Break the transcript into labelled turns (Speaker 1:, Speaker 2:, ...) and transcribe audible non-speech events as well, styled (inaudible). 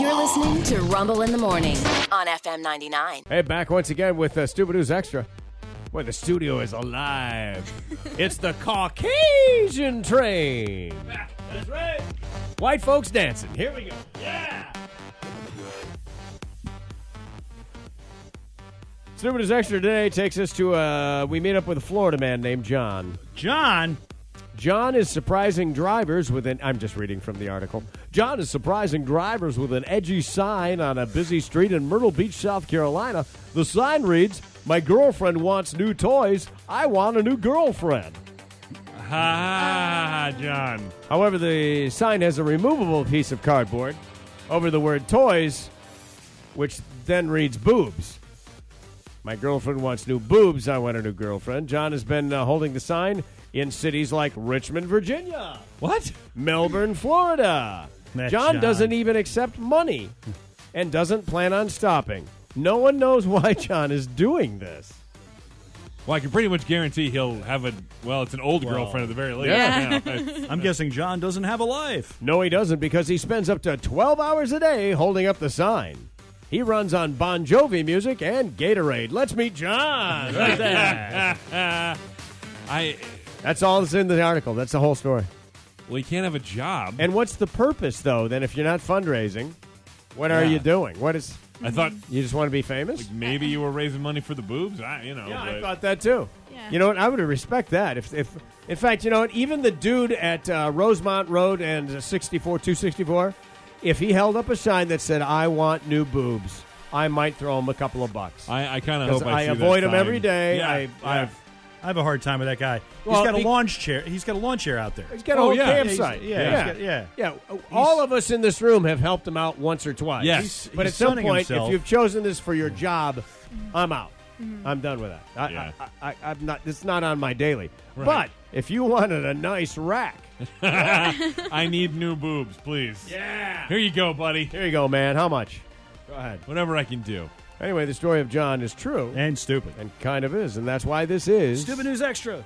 Speaker 1: You're listening to Rumble in the Morning on FM 99.
Speaker 2: Hey, back once again with uh, Stupid News Extra, where the studio is (laughs) alive. it's the Caucasian train. That's right. White folks dancing. Here we go. Yeah. Stupid News Extra today takes us to uh, we meet up with a Florida man named John.
Speaker 3: John,
Speaker 2: John is surprising drivers with an. I'm just reading from the article. John is surprising drivers with an edgy sign on a busy street in Myrtle Beach, South Carolina. The sign reads, My girlfriend wants new toys. I want a new girlfriend.
Speaker 3: ha, ha, ha, John.
Speaker 2: However, the sign has a removable piece of cardboard over the word toys, which then reads boobs. My girlfriend wants new boobs. I want a new girlfriend. John has been uh, holding the sign in cities like Richmond, Virginia.
Speaker 3: What?
Speaker 2: Melbourne, Florida.
Speaker 3: That
Speaker 2: John
Speaker 3: John.
Speaker 2: doesn't even accept money and doesn't plan on stopping. No one knows (laughs) why John is doing this.
Speaker 4: Well, I can pretty much guarantee he'll have a well. It's an old girlfriend at the very least. Yeah.
Speaker 3: I'm guessing John doesn't have a life.
Speaker 2: No, he doesn't because he spends up to 12 hours a day holding up the sign. He runs on Bon Jovi music and Gatorade. Let's meet John. Look at that.
Speaker 4: I
Speaker 2: That's all that's in the article. That's the whole story.
Speaker 4: well, he can't have a job.
Speaker 2: And what's the purpose, though, then, if you're not fundraising? What are
Speaker 4: Yeah.
Speaker 2: you doing? What is.
Speaker 4: I thought
Speaker 2: You just want to be famous?
Speaker 4: maybe you were raising money for the boobs. I, you know,
Speaker 2: Yeah, I
Speaker 4: but-
Speaker 2: thought that too.
Speaker 5: Yeah.
Speaker 2: You know what? I would respect that. If, if, in fact, you know what? Even the dude at uh, Rosemont Road and uh, 64, 264, if he held up a sign that said, I want new boobs, I might throw him a couple of bucks.
Speaker 4: I, I kind of
Speaker 2: Because
Speaker 4: hope I,
Speaker 2: I,
Speaker 4: see that
Speaker 2: avoid him
Speaker 4: sign.
Speaker 2: every day.
Speaker 4: Yeah,
Speaker 2: I,
Speaker 4: yeah.
Speaker 2: I've,
Speaker 3: I have a hard time with that guy.
Speaker 2: Well,
Speaker 3: he's got
Speaker 2: be-
Speaker 3: a lawn chair. He's got a lawn chair out there.
Speaker 2: he's got a
Speaker 4: Oh,
Speaker 2: whole
Speaker 4: yeah. Yeah, he's-
Speaker 2: campsite.
Speaker 3: yeah,
Speaker 2: yeah.
Speaker 3: he's got- yeah.
Speaker 2: Yeah. All of us in this room have helped him out once or twice.
Speaker 4: Yes. He's-
Speaker 2: but
Speaker 3: he's
Speaker 2: at some
Speaker 3: sunning
Speaker 2: point,
Speaker 3: himself. Mm-hmm.
Speaker 2: if you've chosen this for your job, I'm out. I'm done with that. I,
Speaker 4: Yeah.
Speaker 2: I, I, I'm not. It's not on my daily.
Speaker 4: Right.
Speaker 2: But if you wanted a nice
Speaker 4: (laughs)
Speaker 2: rack,
Speaker 4: I need new boobs, please. Yeah. Here you go, buddy.
Speaker 2: here you go, man. How much? Go ahead.
Speaker 4: Whatever I can do.
Speaker 2: Anyway, the story of John is true,
Speaker 3: And stupid.
Speaker 2: and kind of is, and that's why this is
Speaker 3: Stupid News Extra.